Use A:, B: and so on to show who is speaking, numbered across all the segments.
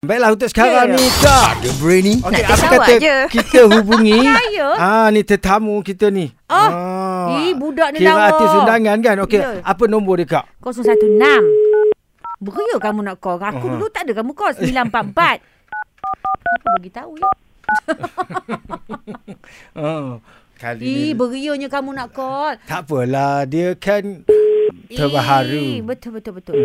A: Baiklah untuk
B: Ya,
A: sekarang yeah. ni Kak Debra ni
B: Okey,
A: Nak
B: apa
A: tersawat
B: kata
A: je.
B: kita hubungi?
A: ah ni tetamu kita ni.
B: Ya, Oh.
A: Ah.
B: Ih, budak ni
A: Kira
B: lawa.
A: artis undangan kan. Okey,
B: Ya.
A: apa nombor dia Kak?
B: 016. Beria kamu nak call. Aku
A: Ah.
B: dulu tak ada kamu call 944. Apa bagi tahu ya?
A: Oh. Kali
B: Ih,
A: ni.
B: berianya kamu nak call.
A: Tak apalah, dia kan
B: Ih,
A: terbaharu.
B: betul betul betul.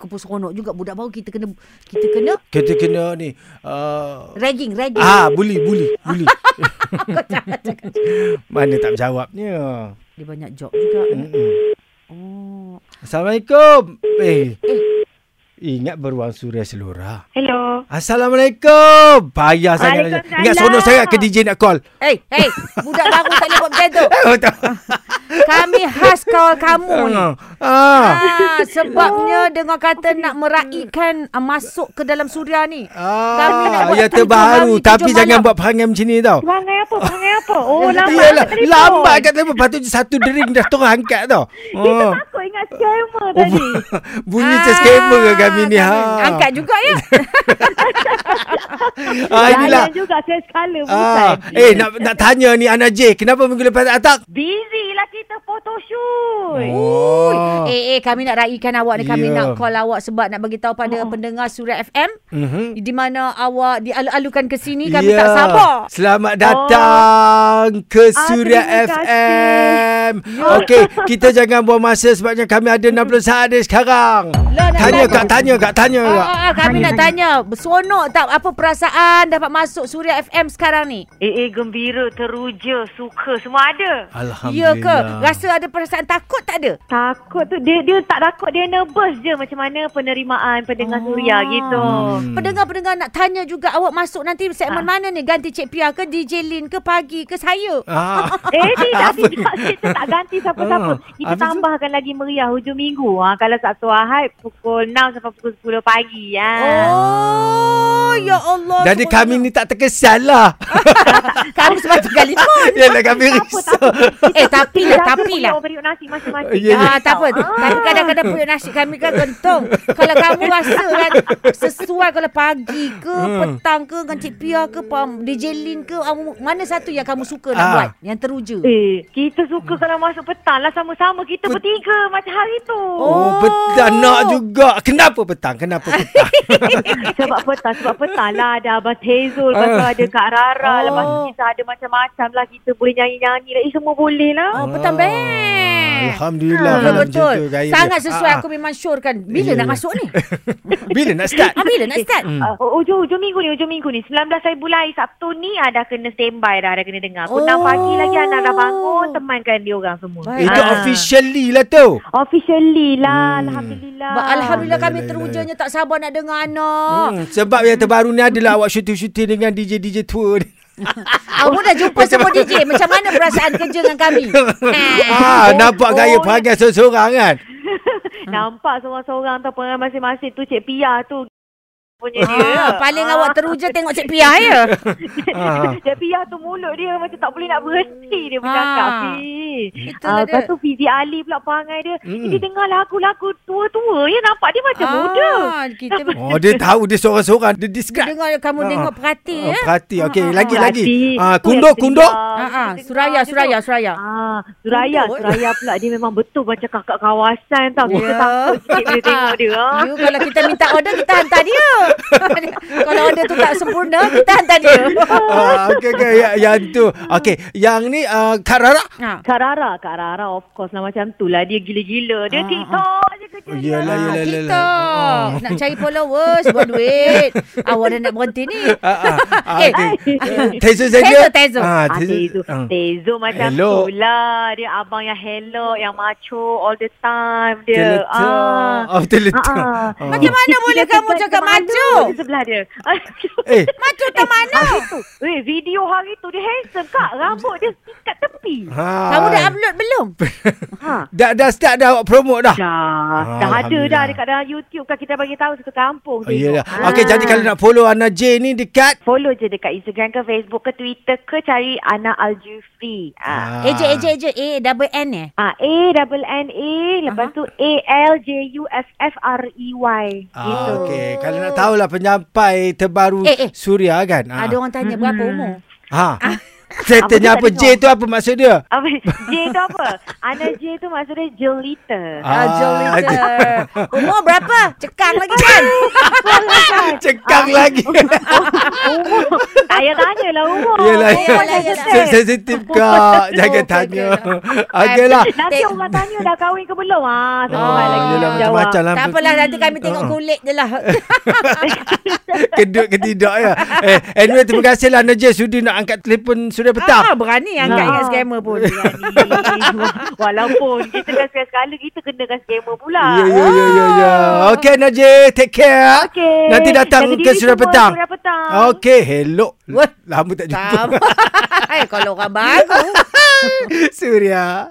B: Aku pun seronok juga budak baru kita kena kita kena
A: Kita kena ni uh,
B: ragging ragging.
A: ah bully bully bully.
B: Aku tak cakap.
A: Mana tak jawabnya.
B: Dia banyak job juga.
A: Mm-mm.
B: Oh.
A: Assalamualaikum. Eh. Ingat beruang suria selora.
C: Hello.
A: Assalamualaikum. Payah sangat.
C: Waalaikumsalam.
A: Ingat sono saya ke DJ nak call.
B: Hey, hey, budak baru tak boleh buat macam tu.
A: Eh, tak.
B: Kami khas call kamu ni.
A: Ah. Ah.
B: Ah, sebabnya dengan kata nak meraihkan ah, masuk ke dalam suria ni. Kami nak
A: Ah,
B: buat
A: yang
B: tujuh
A: terbaru
B: hari,
A: Tapi
B: tujuh
A: jangan
B: malam.
A: buat perangai macam ni tau
C: Perangai apa? Perangai apa? Oh, lambat.
A: Yelah,
C: kat telefon.
A: lambat kat telefon Patut satu dering dah terang angkat tau
C: Kita
A: oh.
C: takut ingat scammer
A: Oh,
C: tadi.
A: bunyi macam scammer ke kami ni ha.
B: Ah, Angkat juga ya.
A: ah, Inilah
C: Layan juga sekali-sekala
A: ah.
C: bukan.
A: Eh nak nak tanya ni Ana J Kenapa minggu lepas tak atak
C: Busy lah kita photoshoot.
A: Oh
B: Eh, eh, kami nak raikan awak ni. Kami
A: Ya.
B: nak call awak sebab nak bagi tahu pada pendengar Suria FM
A: Mhm.
B: di mana awak dialu-alukan ke sini. Kami
A: Ya.
B: tak sabar. Oh.
A: Selamat datang ke
C: Ah,
A: Suria
C: terima kasih.
A: FM.
B: Ya.
A: Okey, kita jangan buang masa sebabnya kami ada 60 saat dari sekarang.
B: Lah, nak
A: Tanya
B: tanya.
A: kak, tanya kak, tanya
B: Ah,
A: kak.
B: ah, ah, kami nak tanya, seronok tak apa perasaan dapat masuk Suria FM sekarang ni?
C: Eh, eh, gembira, teruja, suka, semua ada.
B: Ya
A: Alhamdulillah.
B: ke? Rasa ada perasaan takut tak ada?
C: Takut tu, dia dia tak takut, dia nervous je macam mana penerimaan pendengar suria gitu.
A: Oh. Hmm.
B: Pendengar-pendengar nak tanya juga awak masuk nanti segmen mana ni? Ganti Cik Pia ke DJ Lin ke pagi ke saya?
A: Ah.
C: Eh, tidak,
A: Apa?
C: tidak. Kita tak ganti siapa-siapa.
A: Ah,
C: Kita
A: habis tu?
C: tambahkan lagi meriah hujung minggu. Ha, kalau Sabtu Ahad, pukul 6 sampai pukul 10 pagi. Ya.
B: Oh, ya Allah.
A: Ah. Jadi
B: semuanya.
A: kami ni tak terkesan lah.
B: kami sepatu kali pun.
A: Yalah kami risau.
B: Eh, tapi lah, tapi lah.
C: Kita periuk nasi masing-masing.
A: Ya, ya.
B: Ah, tak apa. Tapi kadang-kadang punya nasi kami kan kentung. Kalau kamu rasa kan sesuai kalau pagi ke,
A: Hmm.
B: petang ke, dengan Cik Pia ke, pam- DJ Lin ke, kamu- mana satu yang kamu suka nak
A: Ah.
B: buat? Yang teruja.
C: Eh, kita suka kalau masuk petang lah sama-sama kita bertiga macam hari tu.
A: Oh, petang nak juga. Kenapa petang? Kenapa petang?
C: Eh, Sebab petang, sebab petang lah ada Abang Tezul, lepas tu
A: Ah.
C: ada Kak Rara,
B: Oh.
C: lepas tu kita ada macam-macam lah. Kita boleh nyanyi-nyanyi lah. Eh, semua boleh lah.
B: Oh, petang best.
A: Alhamdulillah.
B: Betul,
A: kalau macam
B: Ah, betul.
A: tu, gaya dia.
B: Sangat sesuai
A: Ah, ah.
B: aku memang syorkan. Bila
A: Ya,
B: nak
A: ya.
B: masuk ni?
A: Bila nak start?
B: Ha, bila nak start?
A: Hmm.
C: Uh, ujung, ujung minggu ni, ujung minggu ni. 19 saya bulan Sabtu ni ah, dah kena standby dah, dah kena dengar.
B: Oh.
C: Pukul oh. 6 pagi lagi anak dah bangun, temankan dia orang semua.
B: Baik.
A: Itu
B: Ah.
A: officially lah tu.
C: Officially lah,
A: Eh, Hmm.
C: Alhamdulillah.
B: Ba- Alhamdulillah kami
A: Yelah, yelah,
B: terujanya tak sabar nak dengar anak.
A: Hmm, sebab yang terbaru ni adalah awak syuting-syuting dengan DJ-DJ tua ni.
B: Awak dah jumpa semua DJ. Macam mana perasaan kerja dengan kami? Eh.
A: ah, nampak gaya
B: Oh,
A: perangai seorang-seorang kan?
C: Hmm. Nampak seorang-seorang tau pengen masing-masing tu Cik Pia tu punya
A: Ya,
C: dia.
B: Ah, paling awak teruja tengok Cik Pia ya.
A: Ah.
C: Cik Pia tu mulut dia macam tak boleh nak berhenti dia bercakap.
B: Ah.
C: Ah.
B: Itulah
C: Ah,
B: dia.
C: lepas tu Fizi Ali pula perangai dia.
A: Mm.
C: Mm. Dia dengar lagu-lagu tua-tua ya nampak dia macam muda.
B: Ah, kita
A: Oh, dia tahu dia seorang-seorang. Dia describe.
B: dengar kamu
A: Ah.
B: tengok perhati
A: Ah,
B: ya.
A: Perhati. Okey,
B: Ah,
A: lagi
B: ah,
A: lagi.
C: Berhati.
A: Ah,
C: Tu yang
A: kunduk
C: kita
A: kunduk.
C: dengar,
B: Ah, ah,
C: kita
B: Suraya,
C: dengar je tu.
B: Suraya, Suraya.
C: Ah, Suraya,
B: Kunduk, eh.
C: Suraya pula dia memang betul macam kakak kawasan tau. Kita
B: Ya.
C: takut sikit bila tengok dia. ah.
B: You, kalau kita minta order kita hantar dia. kalau order tu tak sempurna kita hantar dia.
A: Ah, okey okey yang, yang tu. Okey, yang ni ah, Kak Rara.
B: Ha.
C: Kak Rara, Kak Rara of course lah macam tu lah. Dia gila-gila. Dia
B: Ah,
C: TikTok je kerja lah. dia.
A: Oh, Yelah,
B: Ah,
A: yelah,
B: TikTok.
A: yelah.
B: Nak cari followers, buat duit. Awak dah nak berhenti ni.
A: Ah, ah, ah,
B: Eh.
A: okey.
C: Ai.
A: Tezo saja.
B: Tezo, Tezo.
A: Ah,
C: Ah, Tezo.
A: ah.
C: Tezo macam
A: Hello.
C: tu lah. Dia abang yang hello, yang macho all the time. Dia,
A: Teleta. Oh, teleta.
C: Ah, ah.
A: Ah.
B: Macam mana boleh kamu
C: sebelah-
B: cakap
C: sebelah
B: macho?
C: dia, Sebelah dia.
A: Eh, ah.
B: Macam tak mana?
C: Hari tu, eh, video hari tu dia handsome kak. Rambut dia sikat tepi.
A: ha.
B: Kamu dah upload belum?
C: Ha.
A: Dah dah start dah awak promote dah.
C: Dah,
A: Ah,
C: dah ada dah
A: Alhamdulillah.
C: dekat dalam YouTube kan kita bagi tahu satu kampung.
A: Oh, ya dah.
C: Ah.
A: Okey, jadi kalau nak follow Ana J ni dekat
C: Follow je dekat Instagram ke Facebook ke Twitter ke cari Ana Aljufri. Ah.
A: Ah.
B: AJ, AJ, AJ. A, double N eh?
C: Ah, A double N A lepas tu A L J U F F R E Y.
A: Ah,
C: Gitu.
A: okey. Kalau nak tahulah penyampai terbaru
B: Eh, eh.
A: Suria kan.
C: Ah,
A: Ha.
B: Ada orang tanya berapa umur?
A: Ha. Settlenya apa
C: Apa tu tak
A: J tu apa maksud dia?
C: Apa, J tu apa? Anak J tu maksudnya Jolita.
B: Ah,
A: Ah,
B: Jolita. Umur berapa? Cekang lagi kan?
C: Ah.
A: Cekang lagi.
C: Umur. Tak payah tanya lah umur.
A: Yelah,
B: Oh,
C: Umur
B: yelah,
C: tak
B: yelah.
C: settle.
A: Se- sensitif kak. Jangan
B: Okey,
A: tanya.
C: Oh,
A: Ah,
B: okey.
A: Okeylah.
C: Nanti
B: Tek-
C: orang tanya dah kahwin ke belum? Ah,
A: Ah,
C: sempat lagi.
A: yelah,
C: nak jawab.
A: macam-macam lah.
B: Tak apalah nanti kami tengok
A: Ah.
B: kulit je lah.
A: lah. Kedut ke tidak ya. Eh, anyway, terima kasihlah Najis sudi nak angkat telefon Suria
B: Ah,
A: Petang.
B: berani angkat
C: Ah.
B: ingat scammer pun.
C: Berani. Walaupun kita kan sekali-sekala kita kena kan scammer pula.
A: Ya, ya, ya, ya, ya. Okey, Najis. Take care.
C: Ah.
A: ah.
C: Okey.
A: Nanti datang
C: Jaga
A: ke
C: diri
A: Suria
C: semua,
A: Petang.
C: Suria Petang.
A: Okey, hello.
B: Wah.
A: Lama tak jumpa.
B: Sama. Eh, Kalau orang bagus.
A: Suria.